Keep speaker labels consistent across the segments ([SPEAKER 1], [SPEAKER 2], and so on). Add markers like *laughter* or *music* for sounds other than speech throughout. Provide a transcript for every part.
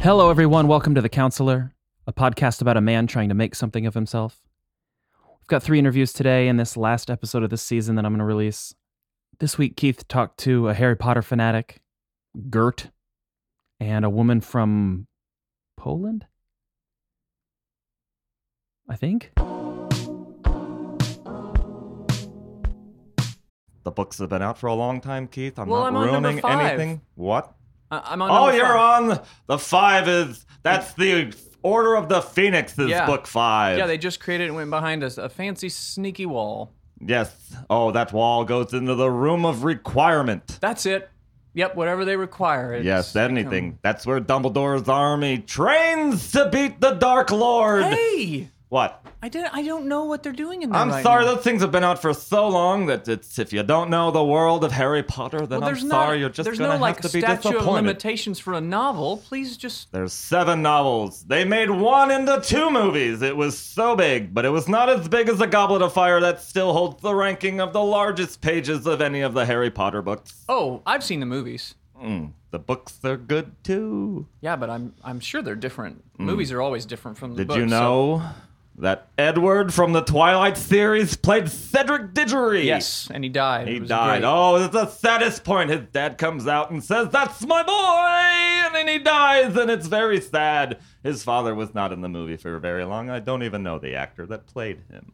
[SPEAKER 1] Hello, everyone. Welcome to The Counselor, a podcast about a man trying to make something of himself. We've got three interviews today in this last episode of this season that I'm going to release. This week, Keith talked to a Harry Potter fanatic, Gert, and a woman from Poland? I think.
[SPEAKER 2] The books have been out for a long time, Keith. I'm
[SPEAKER 3] Well,
[SPEAKER 2] not
[SPEAKER 3] I'm on number
[SPEAKER 2] ruining
[SPEAKER 3] five.
[SPEAKER 2] anything. What?
[SPEAKER 3] I- I'm on.
[SPEAKER 2] oh,
[SPEAKER 3] number
[SPEAKER 2] you're
[SPEAKER 3] five.
[SPEAKER 2] on the five is that's the Order of the Phoenix is
[SPEAKER 3] Yeah.
[SPEAKER 2] book five.
[SPEAKER 3] Yeah, they just created and went behind us a fancy sneaky wall.
[SPEAKER 2] yes. Oh, that wall goes into the room of requirement.
[SPEAKER 3] That's it. Yep, whatever they require. it's
[SPEAKER 2] yes, anything.
[SPEAKER 3] become-
[SPEAKER 2] That's where Dumbledore's army trains to beat the Dark Lord.
[SPEAKER 3] Hey,
[SPEAKER 2] What?
[SPEAKER 3] I didn't. I don't know what they're doing in there.
[SPEAKER 2] I'm
[SPEAKER 3] right
[SPEAKER 2] sorry,
[SPEAKER 3] now.
[SPEAKER 2] those things have been out for so long that it's if you don't know the world of Harry Potter, then
[SPEAKER 3] Well,
[SPEAKER 2] I'm
[SPEAKER 3] there's not-
[SPEAKER 2] sorry, you're just
[SPEAKER 3] there's
[SPEAKER 2] gonna
[SPEAKER 3] no
[SPEAKER 2] have
[SPEAKER 3] like
[SPEAKER 2] to be
[SPEAKER 3] statute of
[SPEAKER 2] disappointed.
[SPEAKER 3] limitations for a novel. Please just.
[SPEAKER 2] There's seven novels. They made one into two movies. It was so big, but it was not as big as The Goblet of Fire that still holds the ranking of the largest pages of any of the Harry Potter books.
[SPEAKER 3] Oh, I've seen the movies.
[SPEAKER 2] Mm, the books are good too.
[SPEAKER 3] Yeah, but I'm I'm sure they're different. Movies are always different from the
[SPEAKER 2] Hmm. Did
[SPEAKER 3] book,
[SPEAKER 2] you
[SPEAKER 3] so-
[SPEAKER 2] know that Edward from the Twilight series played Cedric Diggory?
[SPEAKER 3] Yes, and he died.
[SPEAKER 2] He
[SPEAKER 3] It was
[SPEAKER 2] died.
[SPEAKER 3] great.
[SPEAKER 2] Oh, it's the saddest point. His dad comes out and says, That's my boy! And then he dies, and it's very sad. His father was not in the movie for very long. I don't even know the actor that played him.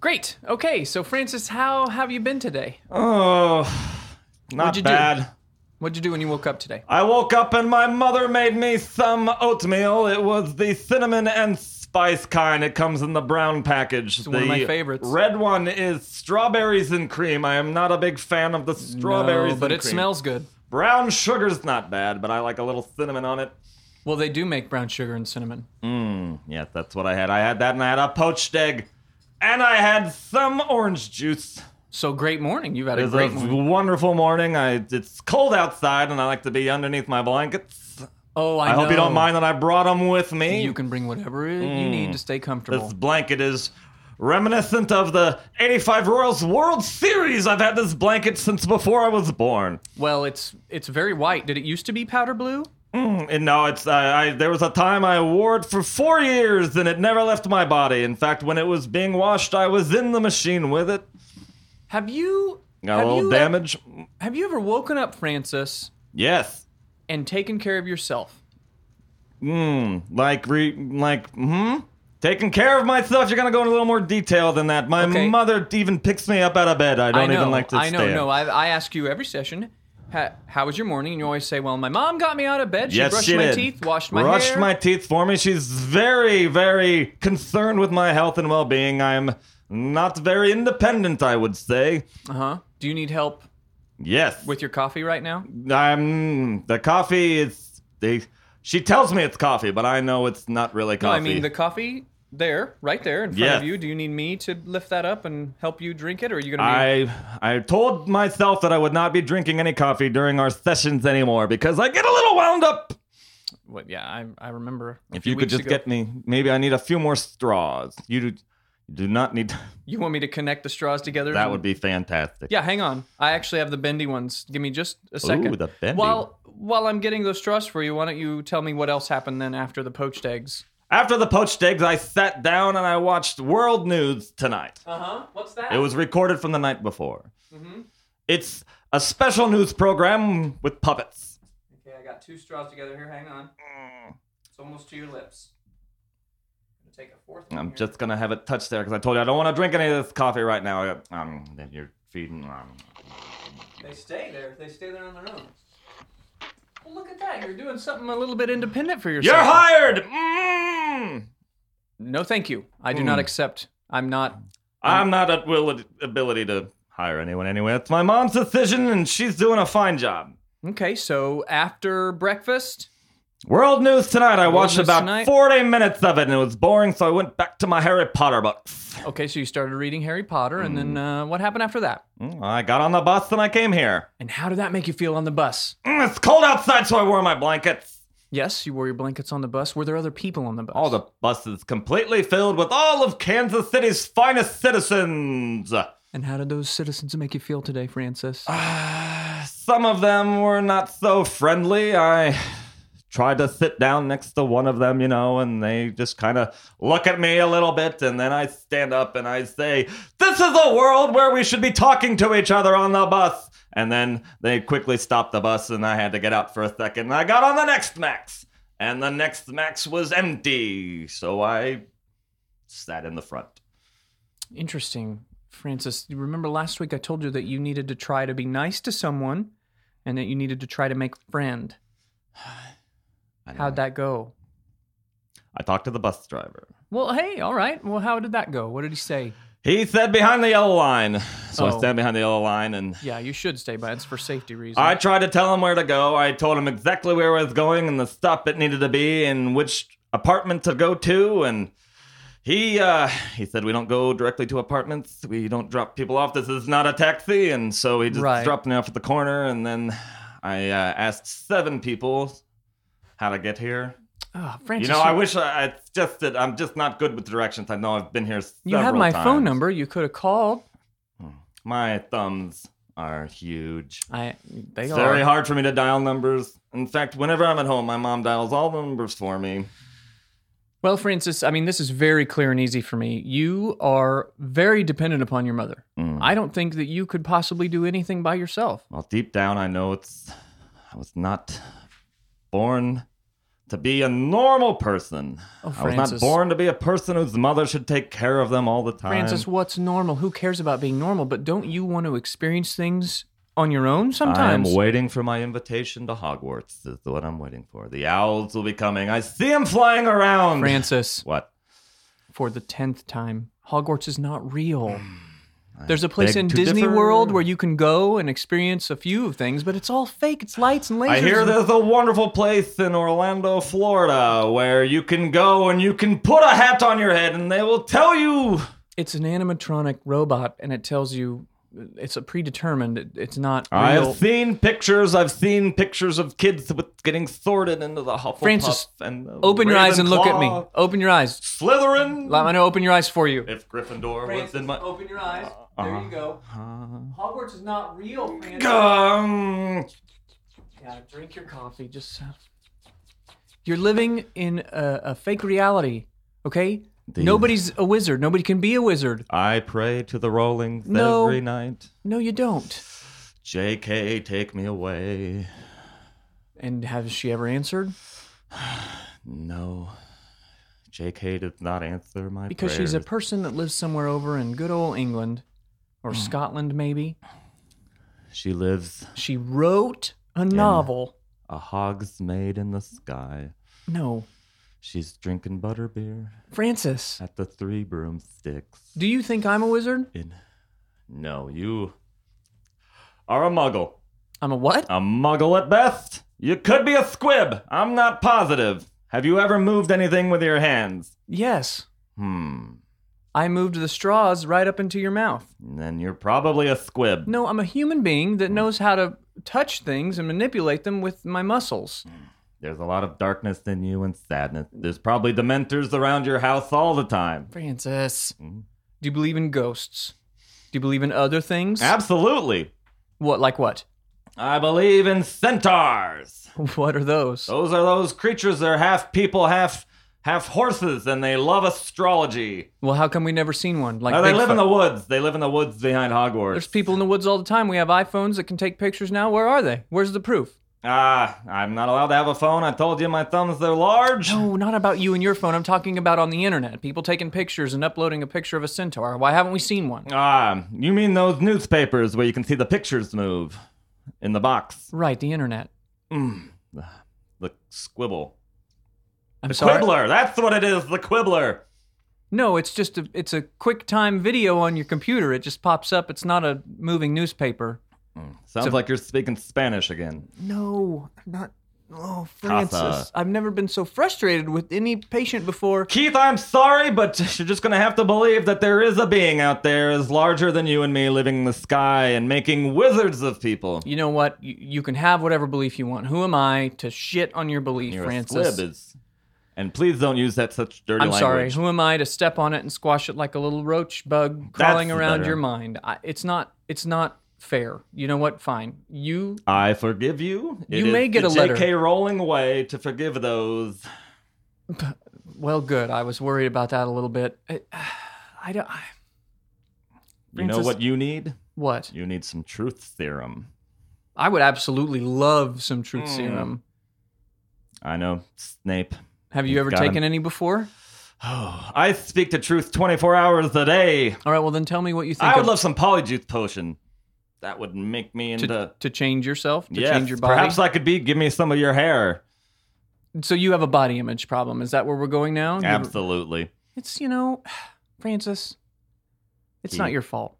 [SPEAKER 3] Great. Okay, so Francis, how have you been today?
[SPEAKER 2] Oh, not
[SPEAKER 3] What'd you do?
[SPEAKER 2] bad.
[SPEAKER 3] What'd you do when you woke up today?
[SPEAKER 2] I woke up and my mother made me some oatmeal. It was the cinnamon and spice kind. It comes in the brown package. It's
[SPEAKER 3] one of my favorites.
[SPEAKER 2] Red one is strawberries and cream. I am not a big fan of the strawberries,
[SPEAKER 3] No, but
[SPEAKER 2] and
[SPEAKER 3] it
[SPEAKER 2] cream.
[SPEAKER 3] smells good.
[SPEAKER 2] Brown sugar's not bad, but I like a little cinnamon on it.
[SPEAKER 3] Well, they do make brown sugar and cinnamon.
[SPEAKER 2] Yes, that's what I had. I had that, and I had a poached egg, and I had some orange juice.
[SPEAKER 3] So great morning. You've had
[SPEAKER 2] It
[SPEAKER 3] a
[SPEAKER 2] was
[SPEAKER 3] great
[SPEAKER 2] a
[SPEAKER 3] morning.
[SPEAKER 2] wonderful morning. I it's cold outside, and I like to be underneath my blankets.
[SPEAKER 3] Oh, I,
[SPEAKER 2] I, hope you
[SPEAKER 3] know.
[SPEAKER 2] don't mind Mm. that I brought them with me.
[SPEAKER 3] You can bring whatever you need to stay comfortable.
[SPEAKER 2] This blanket is reminiscent of the '85 Royals World Series. I've had this blanket since before I was born.
[SPEAKER 3] Well, it's it's very white. Did it used to be powder blue?
[SPEAKER 2] And Mm, no, it's uh, I, I. There was a time I wore it for four years, and it never left my body. In fact, when it was being washed, I was in the machine with it.
[SPEAKER 3] Have you
[SPEAKER 2] Got
[SPEAKER 3] have
[SPEAKER 2] a little
[SPEAKER 3] you, e-
[SPEAKER 2] damage.
[SPEAKER 3] Have you ever woken up, Francis,
[SPEAKER 2] yes,
[SPEAKER 3] and taken care of yourself?
[SPEAKER 2] Hmm, like re, like hmm. Taking care of myself. You're gonna go in a little more detail than that. My
[SPEAKER 3] Okay.
[SPEAKER 2] mother even picks me up out of bed. I don't
[SPEAKER 3] I know.
[SPEAKER 2] even like to
[SPEAKER 3] I know.
[SPEAKER 2] stay.
[SPEAKER 3] No,
[SPEAKER 2] up.
[SPEAKER 3] I, I ask you every session. "Ha- How was your morning? And you always say, "Well, my mom got me out of bed. She
[SPEAKER 2] yes,
[SPEAKER 3] brushed
[SPEAKER 2] she
[SPEAKER 3] my
[SPEAKER 2] did.
[SPEAKER 3] teeth, washed my
[SPEAKER 2] brushed
[SPEAKER 3] hair."
[SPEAKER 2] my teeth for me. She's very, very concerned with my health and well-being. I'm not very independent, I would say.
[SPEAKER 3] Uh huh. Do you need help
[SPEAKER 2] Yes.
[SPEAKER 3] with your coffee right now?
[SPEAKER 2] I'm the coffee is they. She tells me it's coffee, but I know it's not really
[SPEAKER 3] No,
[SPEAKER 2] coffee.
[SPEAKER 3] I mean the coffee there, right there in front
[SPEAKER 2] Yes.
[SPEAKER 3] of you. Do you need me to lift that up and help you drink it, or are you gonna? Be...
[SPEAKER 2] I I told myself that I would not be drinking any coffee during our sessions anymore because I get a little wound up.
[SPEAKER 3] What? Yeah, I, I remember. a
[SPEAKER 2] If
[SPEAKER 3] few
[SPEAKER 2] you could
[SPEAKER 3] weeks
[SPEAKER 2] just
[SPEAKER 3] ago.
[SPEAKER 2] get me, maybe I need a few more straws. You do, you do not need. *laughs*
[SPEAKER 3] You want me to connect the straws together?
[SPEAKER 2] That would be fantastic.
[SPEAKER 3] Yeah, hang on. I actually have the bendy ones. Give me just a second.
[SPEAKER 2] the bendy.
[SPEAKER 3] While while I'm getting those straws for you, why don't you tell me what else happened then after the poached eggs?
[SPEAKER 2] After the poached eggs, I sat down and I watched World News tonight.
[SPEAKER 3] Uh huh. What's that?
[SPEAKER 2] It was recorded from the night before.
[SPEAKER 3] Mm-hmm.
[SPEAKER 2] It's a special news program with puppets.
[SPEAKER 3] Okay, I got two straws together here. Hang on. It's almost to your lips. I'm gonna take a fourth.
[SPEAKER 2] I'm just gonna have it touched there because I told you I don't want to drink any of this coffee right now. I- Um, then you're feeding. Um,
[SPEAKER 3] They stay there. They stay there on their own. Well, look at that. You're doing something a little bit independent for yourself.
[SPEAKER 2] you're hired. Mm!
[SPEAKER 3] No, thank you. I do not
[SPEAKER 2] Hmm.
[SPEAKER 3] accept. I'm not.
[SPEAKER 2] I'm not at will ability to hire anyone anyway. It's my mom's decision, and she's doing a fine job.
[SPEAKER 3] Okay, so after breakfast,
[SPEAKER 2] World news tonight. I watched
[SPEAKER 3] News
[SPEAKER 2] about
[SPEAKER 3] Tonight?
[SPEAKER 2] 40 minutes of it, and it was boring, so I went back to my Harry Potter books.
[SPEAKER 3] okay, so you started reading Harry Potter, and
[SPEAKER 2] Hmm.
[SPEAKER 3] then uh, what happened after that?
[SPEAKER 2] Mm, I got on the bus and I came here.
[SPEAKER 3] And how did that make you feel on the bus?
[SPEAKER 2] Mm, it's cold outside, so I wore my blankets.
[SPEAKER 3] Yes, you wore your blankets on the bus. Were there other people on the bus?
[SPEAKER 2] All the buses completely filled with all of Kansas City's finest citizens.
[SPEAKER 3] And how did those citizens make you feel today, Francis?
[SPEAKER 2] Some of them were not so friendly. I tried to sit down next to one of them, you know, and they just kind of look at me a little bit. And then I stand up and I say, This is a world where we should be talking to each other on the bus. And then they quickly stopped the bus, and I had to get out for a second. And I got on the next max, and the next max was empty. So I sat in the front.
[SPEAKER 3] Interesting, Francis. You remember last week I told you that you needed to try to be nice to someone and that you needed to try to make friend.
[SPEAKER 2] *sighs* I know.
[SPEAKER 3] How'd that go?
[SPEAKER 2] I talked to the bus driver.
[SPEAKER 3] Well, hey, all right. Well, how did that go? What did he say?
[SPEAKER 2] He said behind the yellow line. So I
[SPEAKER 3] Oh.
[SPEAKER 2] stand behind the yellow line and
[SPEAKER 3] Yeah, you should stay by. It's for safety reasons.
[SPEAKER 2] I tried to tell him where to go. I told him exactly where I was going and the stop it needed to be and which apartment to go to. And he uh, he said we don't go directly to apartments. We don't drop people off. This is not a taxi. And so he just
[SPEAKER 3] Right.
[SPEAKER 2] dropped me off at the corner. And then I uh, asked seven people how to get here.
[SPEAKER 3] Ah, Francis,
[SPEAKER 2] You know, I wish I, I just that I'm just not good with directions. I know I've been here. Several
[SPEAKER 3] you had my phone
[SPEAKER 2] times.
[SPEAKER 3] number. You could have called.
[SPEAKER 2] My thumbs are huge.
[SPEAKER 3] I. They
[SPEAKER 2] It's
[SPEAKER 3] are.
[SPEAKER 2] very hard for me to dial numbers. In fact, whenever I'm at home, my mom dials all the numbers for me.
[SPEAKER 3] Well, Francis, I mean, this is very clear and easy for me. You are very dependent upon your mother.
[SPEAKER 2] Mm.
[SPEAKER 3] I don't think that you could possibly do anything by yourself.
[SPEAKER 2] Well, deep down, I know it's. I was not born to be a normal person.
[SPEAKER 3] Oh,
[SPEAKER 2] I was not
[SPEAKER 3] Francis.
[SPEAKER 2] born to be a person whose mother should take care of them all the time.
[SPEAKER 3] Francis, what's normal? Who cares about being normal? But don't you want to experience things on your own sometimes?
[SPEAKER 2] I'm waiting for my invitation to Hogwarts. Is what I'm waiting for. The owls will be coming. I see them flying around.
[SPEAKER 3] Francis,
[SPEAKER 2] What?
[SPEAKER 3] for the tenth time, Hogwarts is not real.
[SPEAKER 2] I
[SPEAKER 3] There's a place
[SPEAKER 2] Hmm. beg
[SPEAKER 3] in
[SPEAKER 2] to
[SPEAKER 3] Disney
[SPEAKER 2] differ.
[SPEAKER 3] World where you can go and experience a few of things, but it's all fake. It's lights and lasers.
[SPEAKER 2] I hear
[SPEAKER 3] and-
[SPEAKER 2] there's a wonderful place in Orlando, Florida, where you can go and you can put a hat on your head and they will tell you.
[SPEAKER 3] It's an animatronic robot, and it tells you it's a predetermined. It, it's not real.
[SPEAKER 2] I've seen pictures. I've seen pictures of kids with getting sorted into the Hufflepuff.
[SPEAKER 3] Francis,
[SPEAKER 2] and the
[SPEAKER 3] Open your eyes and look at me.
[SPEAKER 2] Ravenclaw,
[SPEAKER 3] Open your eyes.
[SPEAKER 2] Slytherin.
[SPEAKER 3] I'm gonna open your eyes for you.
[SPEAKER 2] if Gryffindor was in my. Uh-huh.
[SPEAKER 3] open your eyes. There you go. Hogwarts is not real, Francis.
[SPEAKER 2] Um,
[SPEAKER 3] Yeah, drink your coffee. Just uh, you're living in a, a fake reality. Okay,
[SPEAKER 2] The-
[SPEAKER 3] nobody's a wizard. Nobody can be a wizard.
[SPEAKER 2] I pray to the Rollings
[SPEAKER 3] No.
[SPEAKER 2] every night.
[SPEAKER 3] No, you don't.
[SPEAKER 2] JK, take me away.
[SPEAKER 3] And has she ever answered?
[SPEAKER 2] No. JK did not answer my
[SPEAKER 3] Because
[SPEAKER 2] prayers.
[SPEAKER 3] she's a person that lives somewhere over in good old England or Scotland, maybe.
[SPEAKER 2] She lives
[SPEAKER 3] She wrote a novel.
[SPEAKER 2] a hog's maid in the sky.
[SPEAKER 3] No,
[SPEAKER 2] She's drinking butterbeer
[SPEAKER 3] Francis.
[SPEAKER 2] at the three broomsticks.
[SPEAKER 3] Do you think I'm a wizard?
[SPEAKER 2] In No, you are a muggle.
[SPEAKER 3] I'm a what?
[SPEAKER 2] A muggle at best. You could be a squib. I'm not positive. Have you ever moved anything with your hands?
[SPEAKER 3] Yes.
[SPEAKER 2] Hmm.
[SPEAKER 3] I moved the straws right up into your mouth.
[SPEAKER 2] Then you're probably a squib.
[SPEAKER 3] No, I'm a human being
[SPEAKER 2] Mm.
[SPEAKER 3] that knows how to touch things and manipulate them with my muscles.
[SPEAKER 2] Mm. There's a lot of darkness in you and sadness. There's probably dementors around your house all the time.
[SPEAKER 3] Francis.
[SPEAKER 2] Mm.
[SPEAKER 3] Do you believe in ghosts? Do you believe in other things?
[SPEAKER 2] Absolutely.
[SPEAKER 3] what, like what? *laughs*
[SPEAKER 2] I believe in centaurs.
[SPEAKER 3] What are those?
[SPEAKER 2] Those are those creatures. They're half people, half half horses, and they love astrology.
[SPEAKER 3] Well, how come we never seen one? Like
[SPEAKER 2] Uh, they live in
[SPEAKER 3] Bigfoot.
[SPEAKER 2] the woods. They live in the woods behind Hogwarts.
[SPEAKER 3] There's people in the woods all the time. We have iPhones that can take pictures now. Where are they? Where's the proof?
[SPEAKER 2] Ah, I'm not allowed to have a phone. I told you my thumbs are large.
[SPEAKER 3] No, not about you and your phone. I'm talking about on the internet. People taking pictures and uploading a picture of a centaur. Why haven't we seen one?
[SPEAKER 2] Ah, you mean those newspapers where you can see the pictures move in the box?
[SPEAKER 3] Right, the internet.
[SPEAKER 2] The squibble.
[SPEAKER 3] I'm
[SPEAKER 2] The
[SPEAKER 3] sorry.
[SPEAKER 2] quibbler. That's what it is. The quibbler.
[SPEAKER 3] No, it's just a it's a quick time video on your computer. It just pops up. It's not a moving newspaper.
[SPEAKER 2] Sounds
[SPEAKER 3] So-
[SPEAKER 2] like you're speaking Spanish again.
[SPEAKER 3] No, not Oh,
[SPEAKER 2] Francis.
[SPEAKER 3] I've never been so frustrated with any patient before.
[SPEAKER 2] Keith, I'm sorry, but *laughs* you're just gonna have to believe that there is a being out there is larger than you and me living in the sky and making wizards of people.
[SPEAKER 3] You know what? You, you can have whatever belief you want. Who am I to shit on your belief,
[SPEAKER 2] You're
[SPEAKER 3] Francis?
[SPEAKER 2] a squib is, and please don't use that such dirty
[SPEAKER 3] I'm sorry.
[SPEAKER 2] language.
[SPEAKER 3] Who am I to step on it and squash it like a little roach bug
[SPEAKER 2] That's
[SPEAKER 3] crawling around
[SPEAKER 2] better.
[SPEAKER 3] your mind? I, it's not. It's not fair. You know what? Fine. You
[SPEAKER 2] I forgive you.
[SPEAKER 3] You may get
[SPEAKER 2] the
[SPEAKER 3] a letter.
[SPEAKER 2] J.K. Rowling way to forgive those.
[SPEAKER 3] well, good. I was worried about that a little bit. I, *sighs* I don't. I,
[SPEAKER 2] You know
[SPEAKER 3] Francis-
[SPEAKER 2] what you need?
[SPEAKER 3] what?
[SPEAKER 2] You need some truth theorem.
[SPEAKER 3] I would absolutely love some truth
[SPEAKER 2] Mm.
[SPEAKER 3] serum.
[SPEAKER 2] I know, Snape. *sighs*
[SPEAKER 3] Have you ever
[SPEAKER 2] Got 'em.
[SPEAKER 3] taken any before?
[SPEAKER 2] Oh, I speak the truth 24 hours a day.
[SPEAKER 3] All right. Well, then tell me what you think.
[SPEAKER 2] I would
[SPEAKER 3] of,
[SPEAKER 2] love some polyjuice potion. That would make me into.
[SPEAKER 3] to, to change yourself, to
[SPEAKER 2] Yes,
[SPEAKER 3] change your body.
[SPEAKER 2] Perhaps I could be. Give me some of your hair.
[SPEAKER 3] so you have a body image problem. Is that where we're going now? You-
[SPEAKER 2] Absolutely.
[SPEAKER 3] It's you know, *sighs* Francis. It's
[SPEAKER 2] Keith.
[SPEAKER 3] not your fault.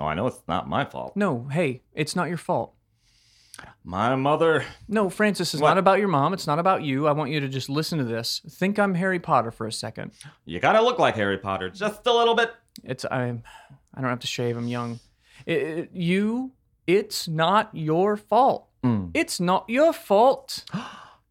[SPEAKER 2] Oh, I know it's not my fault.
[SPEAKER 3] No, hey, it's not your fault.
[SPEAKER 2] My mother.
[SPEAKER 3] No, Francis, it's
[SPEAKER 2] What?
[SPEAKER 3] not about your mom. It's not about you. I want you to just listen to this. Think I'm Harry Potter for a second.
[SPEAKER 2] You gotta look like Harry Potter, just a little bit.
[SPEAKER 3] It's I. I don't have to shave. I'm young. It- it- you. It's not your fault.
[SPEAKER 2] Mm.
[SPEAKER 3] It's not your fault.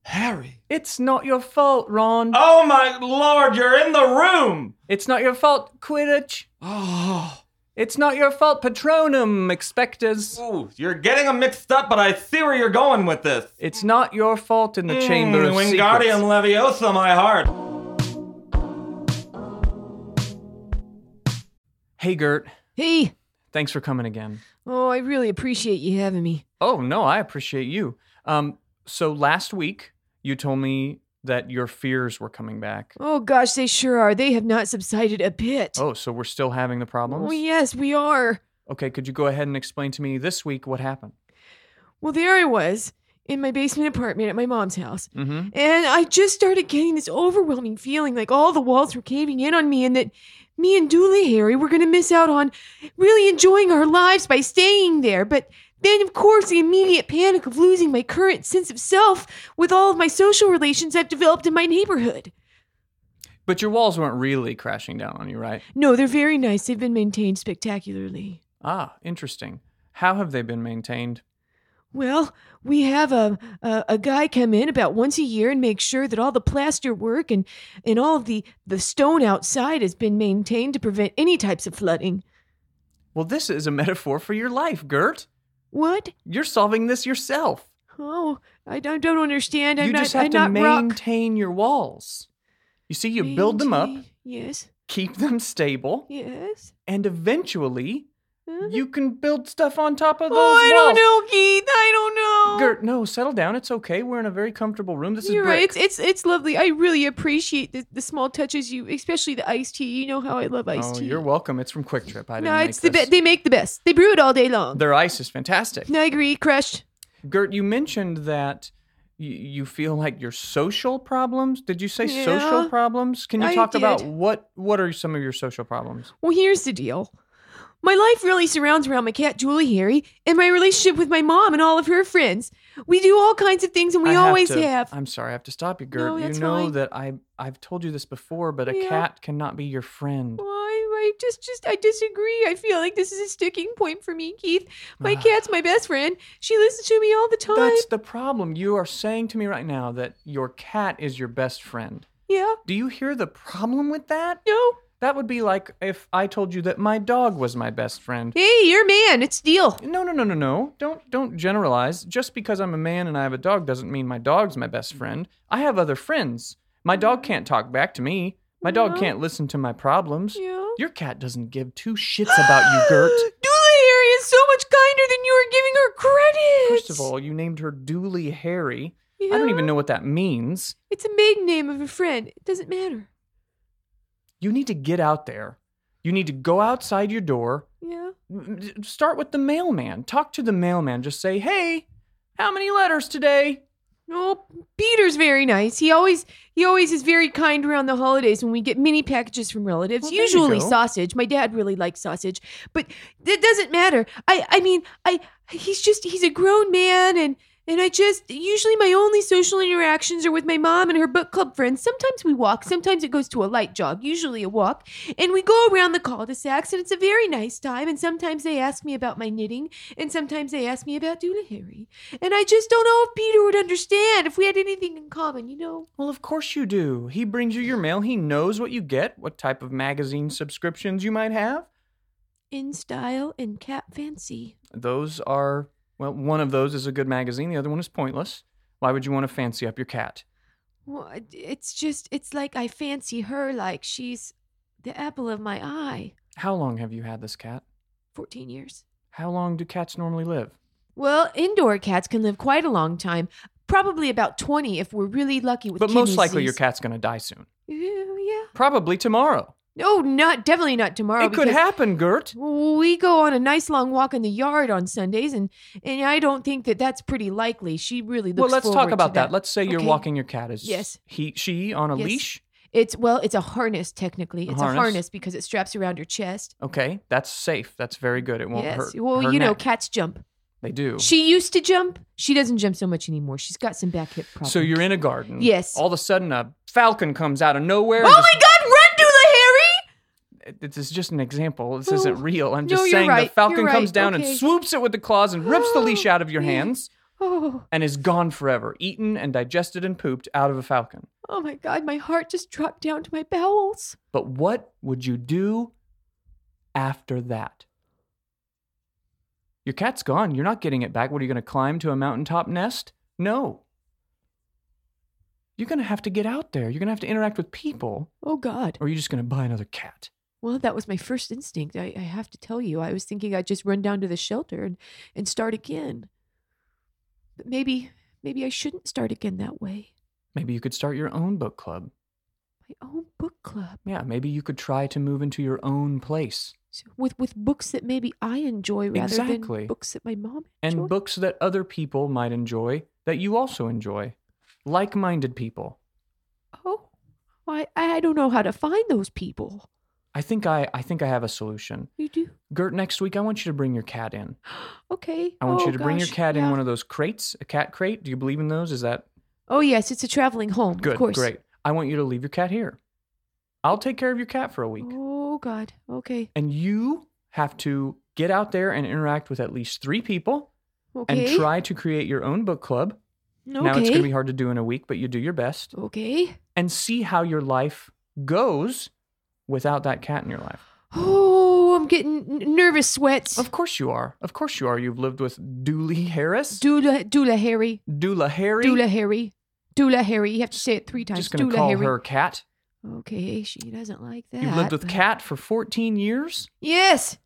[SPEAKER 2] Harry.
[SPEAKER 3] It's not your fault, Ron.
[SPEAKER 2] Oh my lord, you're in the room.
[SPEAKER 3] It's not your fault, Quidditch.
[SPEAKER 2] Oh.
[SPEAKER 3] It's not your fault, Patronum Expectors.
[SPEAKER 2] Ooh, you're getting them mixed up, but I see where you're going with this.
[SPEAKER 3] It's not your fault in the Chamber of
[SPEAKER 2] Mm,
[SPEAKER 3] Secrets.
[SPEAKER 2] Wingardium Leviosa, my heart.
[SPEAKER 3] Hey, Gert.
[SPEAKER 4] Hey,
[SPEAKER 3] Thanks for coming again.
[SPEAKER 4] oh, I really appreciate you having me.
[SPEAKER 3] Oh no, I appreciate you. Um, so last week you told me that your fears were coming back.
[SPEAKER 4] Oh gosh, they sure are. They have not subsided a bit.
[SPEAKER 3] Oh, so we're still having the problems.
[SPEAKER 4] Oh, yes, we are.
[SPEAKER 3] Okay, could you go ahead and explain to me this week what happened?
[SPEAKER 4] Well, there I was in my basement apartment at my mom's house,
[SPEAKER 3] Mm-hmm.
[SPEAKER 4] and I just started getting this overwhelming feeling like all the walls were caving in on me, and that me and Dooley Harry were going to miss out on really enjoying our lives by staying there. But then, of course, the immediate panic of losing my current sense of self with all of my social relations I've developed in my neighborhood.
[SPEAKER 3] But your walls weren't really crashing down on you, right?
[SPEAKER 4] No, they're very nice. They've been maintained spectacularly.
[SPEAKER 3] Ah, interesting. How have they been maintained?
[SPEAKER 4] Well, we have a, a a guy come in about once a year and make sure that all the plaster work and and all of the the stone outside has been maintained to prevent any types of flooding.
[SPEAKER 3] Well, this is a *laughs* metaphor for your life, Gert.
[SPEAKER 4] What?
[SPEAKER 3] You're solving this yourself.
[SPEAKER 4] Oh, I don't, don't understand. I'm
[SPEAKER 3] you
[SPEAKER 4] not.
[SPEAKER 3] just have
[SPEAKER 4] I'm
[SPEAKER 3] to
[SPEAKER 4] not rock.
[SPEAKER 3] maintain your walls. You see, you build them up,
[SPEAKER 4] Maintain- Yes.
[SPEAKER 3] keep them stable,
[SPEAKER 4] Yes.
[SPEAKER 3] and eventually
[SPEAKER 4] Huh?
[SPEAKER 3] you can build stuff on top of those
[SPEAKER 4] Mm-hmm. oh, I
[SPEAKER 3] walls.
[SPEAKER 4] don't know, Keith. I don't know.
[SPEAKER 3] Gert, no, settle down. It's okay. We're in a very comfortable room. This
[SPEAKER 4] You're
[SPEAKER 3] is brick.
[SPEAKER 4] right. It's it's it's lovely. I really appreciate the, the small touches you, especially the iced tea. You know how I love iced
[SPEAKER 3] oh,
[SPEAKER 4] tea.
[SPEAKER 3] you're welcome. It's from Quick Trip. I didn't
[SPEAKER 4] no,
[SPEAKER 3] make
[SPEAKER 4] it's the
[SPEAKER 3] this.
[SPEAKER 4] best. They make the best. They brew it all day long.
[SPEAKER 3] Their ice is fantastic.
[SPEAKER 4] No, I agree. Crushed.
[SPEAKER 3] Gert, you mentioned that y- you feel like your social problems. Did you say
[SPEAKER 4] Yeah,
[SPEAKER 3] social problems? Can you
[SPEAKER 4] I
[SPEAKER 3] talk about
[SPEAKER 4] did.
[SPEAKER 3] what what are some of your social problems?
[SPEAKER 4] Well, here's the deal. My life really surrounds around my cat Julie Harry and my relationship with my mom and all of her friends. We do all kinds of things and we
[SPEAKER 3] I
[SPEAKER 4] always
[SPEAKER 3] to-
[SPEAKER 4] have.
[SPEAKER 3] I'm sorry, I have to stop you, Gert.
[SPEAKER 4] No,
[SPEAKER 3] you
[SPEAKER 4] that's
[SPEAKER 3] know
[SPEAKER 4] fine.
[SPEAKER 3] that I I've told you this before, but a
[SPEAKER 4] Yeah.
[SPEAKER 3] cat cannot be your friend.
[SPEAKER 4] Why? Oh, I just, just, I disagree. I feel like this is a sticking point for me, Keith. My
[SPEAKER 3] Ah.
[SPEAKER 4] cat's my best friend. She listens to me all the time.
[SPEAKER 3] That's the problem. You are saying to me right now that your cat is your best friend.
[SPEAKER 4] Yeah.
[SPEAKER 3] Do you hear the problem with that?
[SPEAKER 4] No.
[SPEAKER 3] That would be like if I told you that my dog was my best friend.
[SPEAKER 4] Hey, you're a man. It's deal.
[SPEAKER 3] No, no, no, no, no. Don't don't generalize. Just because I'm a man and I have a dog doesn't mean my dog's my best friend. I have other friends. My dog can't talk back to me. My dog
[SPEAKER 4] No.
[SPEAKER 3] can't listen to my problems.
[SPEAKER 4] Yeah. *gasps*
[SPEAKER 3] Your cat doesn't give two shits about you, Gert.
[SPEAKER 4] Dooley Harry is so much kinder than you are giving her credit.
[SPEAKER 3] First of all, you named her Dooley Harry.
[SPEAKER 4] yeah.
[SPEAKER 3] I don't even know what that means.
[SPEAKER 4] It's a maiden name of a friend. It doesn't matter.
[SPEAKER 3] You need to get out there. You need to go outside your door.
[SPEAKER 4] Yeah.
[SPEAKER 3] Start with the mailman. Talk to the mailman. Just say, "Hey, how many letters today?"
[SPEAKER 4] Oh, Peter's very nice. He always he always is very kind around the holidays when we get mini packages from relatives.
[SPEAKER 3] Well, there you
[SPEAKER 4] Usually
[SPEAKER 3] go.
[SPEAKER 4] sausage. My dad really likes sausage, but it doesn't matter. I I mean I he's just he's a grown man and and I just usually my only social interactions are with my mom and her book club friends. Sometimes we walk, sometimes it goes to a light jog, usually a walk, and we go around the cul-de-sacs and it's a very nice time. And sometimes they ask me about my knitting, and sometimes they ask me about Dula Harry. And I just don't know if Peter would understand if we had anything in common, you know?
[SPEAKER 3] Well, of course you do. He brings you your mail. He knows what you get, what type of magazine subscriptions you might have.
[SPEAKER 4] In Style and Cat Fancy.
[SPEAKER 3] Those are, well, one of those is a good magazine, the other one is pointless. Why would you want to fancy up your cat?
[SPEAKER 4] Well, it- it's just, it's like I fancy her like she's the apple of my eye.
[SPEAKER 3] How long have you had this cat?
[SPEAKER 4] 14 years.
[SPEAKER 3] How long do cats normally live?
[SPEAKER 4] Well, indoor cats can live quite a long time. Probably about 20 if we're really lucky with
[SPEAKER 3] but most
[SPEAKER 4] kidney
[SPEAKER 3] likely your
[SPEAKER 4] disease.
[SPEAKER 3] cat's going to die soon.
[SPEAKER 4] Ooh, yeah.
[SPEAKER 3] Probably tomorrow.
[SPEAKER 4] No, not definitely not tomorrow.
[SPEAKER 3] it could
[SPEAKER 4] because
[SPEAKER 3] happen, Gert.
[SPEAKER 4] We go on a nice long walk in the yard on Sundays, and and I don't think that that's pretty likely. She really looks.
[SPEAKER 3] Well, let's
[SPEAKER 4] forward
[SPEAKER 3] talk
[SPEAKER 4] to
[SPEAKER 3] about that.
[SPEAKER 4] that.
[SPEAKER 3] Let's say you're
[SPEAKER 4] Okay.
[SPEAKER 3] walking your cat as
[SPEAKER 4] Yes.
[SPEAKER 3] he she on a
[SPEAKER 4] Yes.
[SPEAKER 3] leash.
[SPEAKER 4] It's well, it's a harness technically.
[SPEAKER 3] A
[SPEAKER 4] It's
[SPEAKER 3] harness?
[SPEAKER 4] a harness because it straps around your chest.
[SPEAKER 3] Okay, that's safe. That's very good. It won't
[SPEAKER 4] yes.
[SPEAKER 3] hurt.
[SPEAKER 4] well,
[SPEAKER 3] her
[SPEAKER 4] you know,
[SPEAKER 3] neck.
[SPEAKER 4] cats jump.
[SPEAKER 3] they do.
[SPEAKER 4] She used to jump. She doesn't jump so much anymore. She's got some back hip problems.
[SPEAKER 3] So you're in a garden.
[SPEAKER 4] Yes.
[SPEAKER 3] All of a sudden, a falcon comes out of nowhere.
[SPEAKER 4] Oh
[SPEAKER 3] and
[SPEAKER 4] my God! Run, Dula Harry!
[SPEAKER 3] just- This is just an example. This
[SPEAKER 4] Oh.
[SPEAKER 3] isn't real. I'm
[SPEAKER 4] No,
[SPEAKER 3] just
[SPEAKER 4] you're
[SPEAKER 3] saying
[SPEAKER 4] right.
[SPEAKER 3] the falcon
[SPEAKER 4] You're
[SPEAKER 3] comes
[SPEAKER 4] right.
[SPEAKER 3] down
[SPEAKER 4] Okay.
[SPEAKER 3] and swoops it with the claws and rips the leash out of your
[SPEAKER 4] *gasps* Yeah.
[SPEAKER 3] hands
[SPEAKER 4] Oh,
[SPEAKER 3] and is gone forever, eaten and digested and pooped out of a falcon.
[SPEAKER 4] oh my God! My heart just dropped down to my bowels.
[SPEAKER 3] But what would you do after that? Your cat's gone. You're not getting it back. What are you going to climb to a mountaintop nest? No. You're going to have to get out there. You're going to have to interact with people,
[SPEAKER 4] Oh God!
[SPEAKER 3] or you're just going to buy another cat.
[SPEAKER 4] Well, that was my first instinct. I, I have to tell you, I was thinking I'd just run down to the shelter and, and start again. But maybe, maybe I shouldn't start again that way.
[SPEAKER 3] Maybe you could start your own book club.
[SPEAKER 4] My own book club
[SPEAKER 3] Yeah, maybe you could try to move into your own place
[SPEAKER 4] so with with books that maybe I enjoy rather
[SPEAKER 3] Exactly.
[SPEAKER 4] than books that my mom
[SPEAKER 3] and
[SPEAKER 4] enjoy.
[SPEAKER 3] books that other people might enjoy that you also enjoy. Like minded people.
[SPEAKER 4] oh, I I don't know how to find those people.
[SPEAKER 3] I think I, I think I have a solution.
[SPEAKER 4] You do
[SPEAKER 3] Gert, next week I want you to bring your cat in.
[SPEAKER 4] okay.
[SPEAKER 3] I want
[SPEAKER 4] oh,
[SPEAKER 3] you to bring your
[SPEAKER 4] gosh,
[SPEAKER 3] cat
[SPEAKER 4] yeah.
[SPEAKER 3] in one of those crates, a cat crate. Do you believe in those? Is that
[SPEAKER 4] Oh yes, it's a traveling home.
[SPEAKER 3] good?
[SPEAKER 4] of course.
[SPEAKER 3] Great. I want you to leave your cat here. I'll take care of your cat for a week.
[SPEAKER 4] Oh God. Okay.
[SPEAKER 3] And you have to get out there and interact with at least three people
[SPEAKER 4] Okay.
[SPEAKER 3] and try to create your own book club.
[SPEAKER 4] okay.
[SPEAKER 3] Now it's going to be hard to do in a week, but you do your best
[SPEAKER 4] okay.
[SPEAKER 3] and see how your life goes without that cat in your life.
[SPEAKER 4] Oh, I'm getting n- nervous sweats.
[SPEAKER 3] Of course you are. Of course you are. You've lived with Dooley Harris,
[SPEAKER 4] Dula, Dula Harry.
[SPEAKER 3] Dula Harry.
[SPEAKER 4] Dula Harry. Dula Harry. You have to say it three times.
[SPEAKER 3] Just going to
[SPEAKER 4] Dula
[SPEAKER 3] call
[SPEAKER 4] Harry.
[SPEAKER 3] her Cat.
[SPEAKER 4] Okay, she doesn't like that.
[SPEAKER 3] You've lived with
[SPEAKER 4] but-
[SPEAKER 3] Cat for 14 years,
[SPEAKER 4] Yes.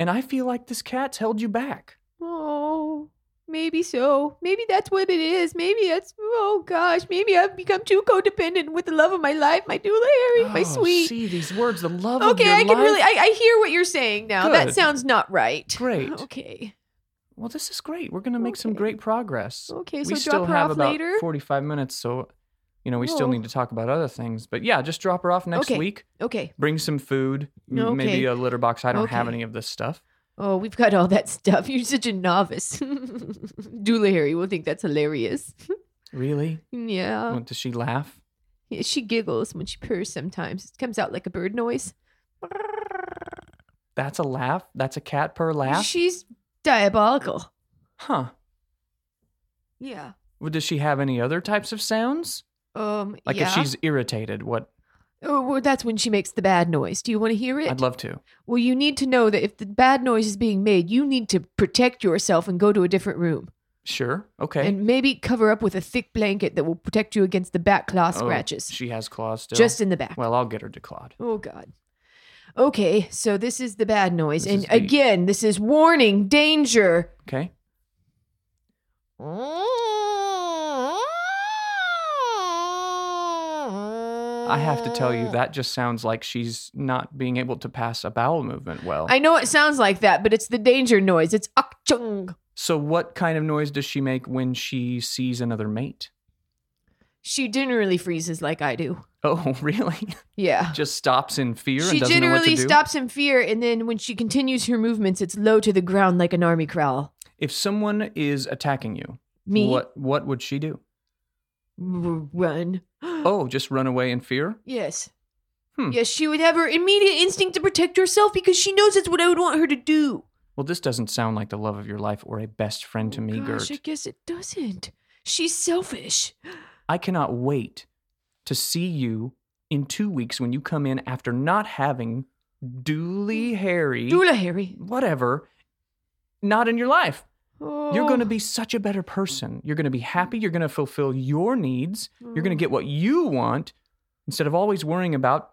[SPEAKER 3] and I feel like this cat's held you back.
[SPEAKER 4] Oh, maybe so. Maybe that's what it is. Maybe that's. Oh gosh. Maybe I've become too codependent with the love of my life, my Dula Harry, my
[SPEAKER 3] Oh,
[SPEAKER 4] sweet.
[SPEAKER 3] See these words, the love of
[SPEAKER 4] okay,
[SPEAKER 3] your
[SPEAKER 4] I can
[SPEAKER 3] life.
[SPEAKER 4] really. I, I hear what you're saying now. That
[SPEAKER 3] Good.
[SPEAKER 4] sounds not right.
[SPEAKER 3] Great.
[SPEAKER 4] *laughs* Okay.
[SPEAKER 3] Well, this is great. We're going to make some
[SPEAKER 4] Okay.
[SPEAKER 3] great progress.
[SPEAKER 4] Okay.
[SPEAKER 3] we
[SPEAKER 4] so
[SPEAKER 3] still
[SPEAKER 4] drop her
[SPEAKER 3] have
[SPEAKER 4] off
[SPEAKER 3] about
[SPEAKER 4] later.
[SPEAKER 3] 45 minutes, so you know we still
[SPEAKER 4] Whoa.
[SPEAKER 3] need to talk about other things. But yeah, just drop her off next
[SPEAKER 4] Okay.
[SPEAKER 3] week.
[SPEAKER 4] Okay.
[SPEAKER 3] Bring some food, m- maybe
[SPEAKER 4] Okay.
[SPEAKER 3] a litter box. I don't have
[SPEAKER 4] Okay.
[SPEAKER 3] any of this stuff.
[SPEAKER 4] Oh, we've got all that stuff. *laughs* You're such a novice. *laughs* Dula Harry will think that's hilarious. *laughs*
[SPEAKER 3] Really?
[SPEAKER 4] yeah.
[SPEAKER 3] Well, Does she laugh?
[SPEAKER 4] Yeah, She giggles when she purrs sometimes. It comes out like a bird noise.
[SPEAKER 3] That's a laugh. That's a cat per laugh.
[SPEAKER 4] She's diabolical.
[SPEAKER 3] huh?
[SPEAKER 4] Yeah.
[SPEAKER 3] Well, does she have any other types of sounds?
[SPEAKER 4] Um,
[SPEAKER 3] Like
[SPEAKER 4] yeah.
[SPEAKER 3] if she's irritated, what?
[SPEAKER 4] oh, well, that's when she makes the bad noise. Do you want to hear it?
[SPEAKER 3] I'd love to.
[SPEAKER 4] well, you need to know that if the bad noise is being made, you need to protect yourself and go to a different room.
[SPEAKER 3] Sure. Okay.
[SPEAKER 4] And maybe cover up with a thick blanket that will protect you against the back claw
[SPEAKER 3] Oh,
[SPEAKER 4] scratches.
[SPEAKER 3] She has claws still.
[SPEAKER 4] just in the back.
[SPEAKER 3] Well, I'll get her declawed.
[SPEAKER 4] Oh God. Okay, so this is the bad noise,
[SPEAKER 3] This
[SPEAKER 4] and
[SPEAKER 3] is the-
[SPEAKER 4] again, this is warning, danger.
[SPEAKER 3] Okay. I have to tell
[SPEAKER 4] Uh.
[SPEAKER 3] you, that just sounds like she's not being able to pass a bowel movement well.
[SPEAKER 4] I know it sounds like that, but it's the danger noise. It's akchung.
[SPEAKER 3] so, what kind of noise does she make when she sees another mate? *laughs*
[SPEAKER 4] She generally freezes like I do.
[SPEAKER 3] Oh, really? *laughs*
[SPEAKER 4] Yeah.
[SPEAKER 3] just stops in fear
[SPEAKER 4] She
[SPEAKER 3] and doesn't know what to
[SPEAKER 4] generally
[SPEAKER 3] do?
[SPEAKER 4] stops in fear, and then when she continues her movements, it's low to the ground like an army growl.
[SPEAKER 3] If someone is attacking you,
[SPEAKER 4] Me
[SPEAKER 3] what what would she
[SPEAKER 4] *gasps*
[SPEAKER 3] do?
[SPEAKER 4] R- run.
[SPEAKER 3] Oh, just run away in fear?
[SPEAKER 4] Yes.
[SPEAKER 3] Hmm.
[SPEAKER 4] Yes, she would have her immediate instinct to protect herself because she knows it's what I would want her to do.
[SPEAKER 3] Well, this doesn't sound like the love of your life or a best friend to
[SPEAKER 4] Oh,
[SPEAKER 3] me,
[SPEAKER 4] gosh, I
[SPEAKER 3] Gert.
[SPEAKER 4] guess it doesn't. She's selfish.
[SPEAKER 3] I cannot wait to see you in two weeks when you come in after not having
[SPEAKER 4] Mm.
[SPEAKER 3] Dooley Harry,
[SPEAKER 4] Dula Harry.
[SPEAKER 3] whatever, not in your life. You're
[SPEAKER 4] Oh.
[SPEAKER 3] going to be such a better person. You're going to be happy. You're going to fulfill your needs. You're going to get what you want instead of always worrying about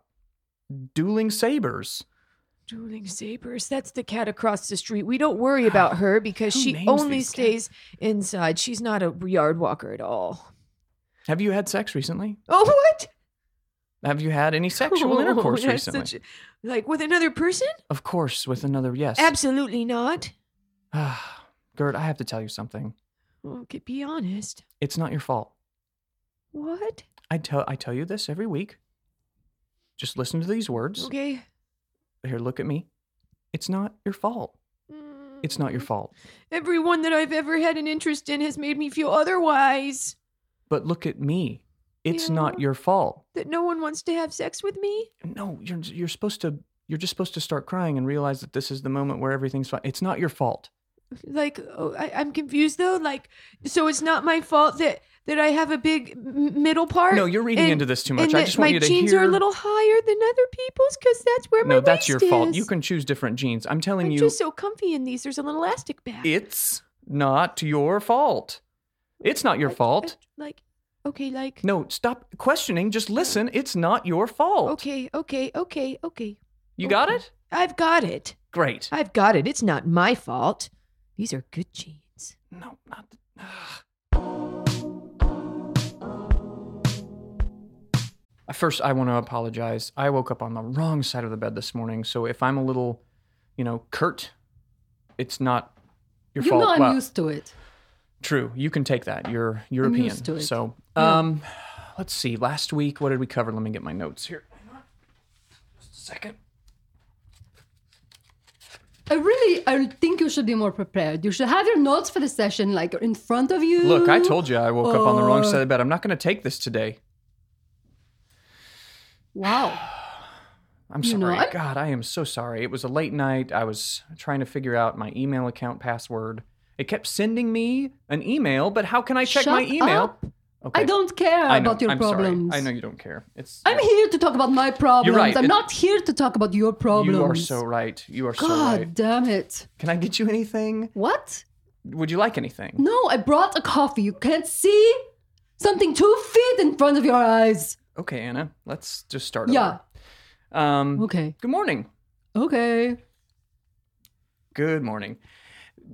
[SPEAKER 3] dueling sabers.
[SPEAKER 4] Dueling Sabers. That's the cat across the street. We don't worry about her because
[SPEAKER 3] Ah, Who
[SPEAKER 4] she
[SPEAKER 3] names
[SPEAKER 4] only
[SPEAKER 3] these cats?
[SPEAKER 4] stays inside. She's not a yard walker at all.
[SPEAKER 3] Have you had sex recently?
[SPEAKER 4] Oh, what?
[SPEAKER 3] Have you had any sexual
[SPEAKER 4] *laughs* Oh,
[SPEAKER 3] intercourse
[SPEAKER 4] that's
[SPEAKER 3] recently?
[SPEAKER 4] such- like with another person?
[SPEAKER 3] Of course, with another yes.
[SPEAKER 4] Absolutely not.
[SPEAKER 3] *sighs* Gert, I have to tell you something.
[SPEAKER 4] Okay, be honest.
[SPEAKER 3] It's not your fault.
[SPEAKER 4] What?
[SPEAKER 3] I tell I tell you this every week. Just listen to these words.
[SPEAKER 4] Okay.
[SPEAKER 3] Here, look at me. It's not your fault. It's not your
[SPEAKER 4] Mm-hmm.
[SPEAKER 3] fault.
[SPEAKER 4] Mm, Everyone that I've ever had an interest in has made me feel otherwise.
[SPEAKER 3] But look at me. It's
[SPEAKER 4] Yeah.
[SPEAKER 3] not your fault.
[SPEAKER 4] That no one wants to have sex with me?
[SPEAKER 3] No, you're you're supposed to you're just supposed to start crying and realize that this is the moment where everything's fine. It's not your fault.
[SPEAKER 4] like oh, I, I'm confused though. Like, so it's not my fault that that I have a big m- middle part.
[SPEAKER 3] No, you're reading
[SPEAKER 4] and-
[SPEAKER 3] into this too
[SPEAKER 4] and
[SPEAKER 3] much. I
[SPEAKER 4] that
[SPEAKER 3] just want
[SPEAKER 4] my
[SPEAKER 3] you to
[SPEAKER 4] jeans are a
[SPEAKER 3] hear-
[SPEAKER 4] little higher than other people's because that's where my
[SPEAKER 3] No, that's your
[SPEAKER 4] waist
[SPEAKER 3] fault.
[SPEAKER 4] is.
[SPEAKER 3] You can choose different jeans. I'm telling
[SPEAKER 4] I'm
[SPEAKER 3] you.
[SPEAKER 4] just so comfy in these. There's an elastic back.
[SPEAKER 3] It's not your fault. It's not your
[SPEAKER 4] Like-
[SPEAKER 3] fault.
[SPEAKER 4] Like, okay, like.
[SPEAKER 3] No, stop questioning. Just listen. It's not your fault.
[SPEAKER 4] Okay, okay, okay, okay.
[SPEAKER 3] You got
[SPEAKER 4] okay.
[SPEAKER 3] it?
[SPEAKER 4] I've got it.
[SPEAKER 3] Great.
[SPEAKER 4] I've got it. It's not my fault. These are good jeans.
[SPEAKER 3] No, not. *sighs* First, I want to apologize. I woke up on the wrong side of the bed this morning, so if I'm a little, you know, curt, it's not your
[SPEAKER 5] You
[SPEAKER 3] fault.
[SPEAKER 5] know I'm
[SPEAKER 3] Well,
[SPEAKER 5] used to it.
[SPEAKER 3] True. You can take that. You're European.
[SPEAKER 5] used to it.
[SPEAKER 3] So, um, let's see. Last week, what did we cover? Let me get my notes here. Hang on. Just a second.
[SPEAKER 5] I really, I think you should be more prepared. You should have your notes for the session like in front of you.
[SPEAKER 3] Look, I told you I woke up on the
[SPEAKER 5] Uh,
[SPEAKER 3] wrong side of the bed. I'm not going to take this today.
[SPEAKER 5] Wow.
[SPEAKER 3] I'm
[SPEAKER 5] You
[SPEAKER 3] sorry.
[SPEAKER 5] know, I'm-
[SPEAKER 3] God, I am so sorry. It was a late night. I was trying to figure out my email account password. It kept sending me an email, but how can I check
[SPEAKER 5] Shut
[SPEAKER 3] my email?
[SPEAKER 5] up.
[SPEAKER 3] Okay.
[SPEAKER 5] I don't care
[SPEAKER 3] I know.
[SPEAKER 5] about your
[SPEAKER 3] I'm sorry.
[SPEAKER 5] problems.
[SPEAKER 3] I know you don't care. It's
[SPEAKER 5] I'm here to talk about my problems.
[SPEAKER 3] right.
[SPEAKER 5] I'm
[SPEAKER 3] It-
[SPEAKER 5] not here to talk about your problems.
[SPEAKER 3] You are so right. You are so
[SPEAKER 5] God
[SPEAKER 3] right.
[SPEAKER 5] damn it.
[SPEAKER 3] Can I get you anything?
[SPEAKER 5] What?
[SPEAKER 3] Would you like anything?
[SPEAKER 5] No, I brought a coffee. You can't see something two feet in front of your eyes.
[SPEAKER 3] Okay, Anna. Let's just start.
[SPEAKER 5] Yeah.
[SPEAKER 3] over. Um.
[SPEAKER 5] Okay.
[SPEAKER 3] Good morning.
[SPEAKER 5] Okay.
[SPEAKER 3] Good morning.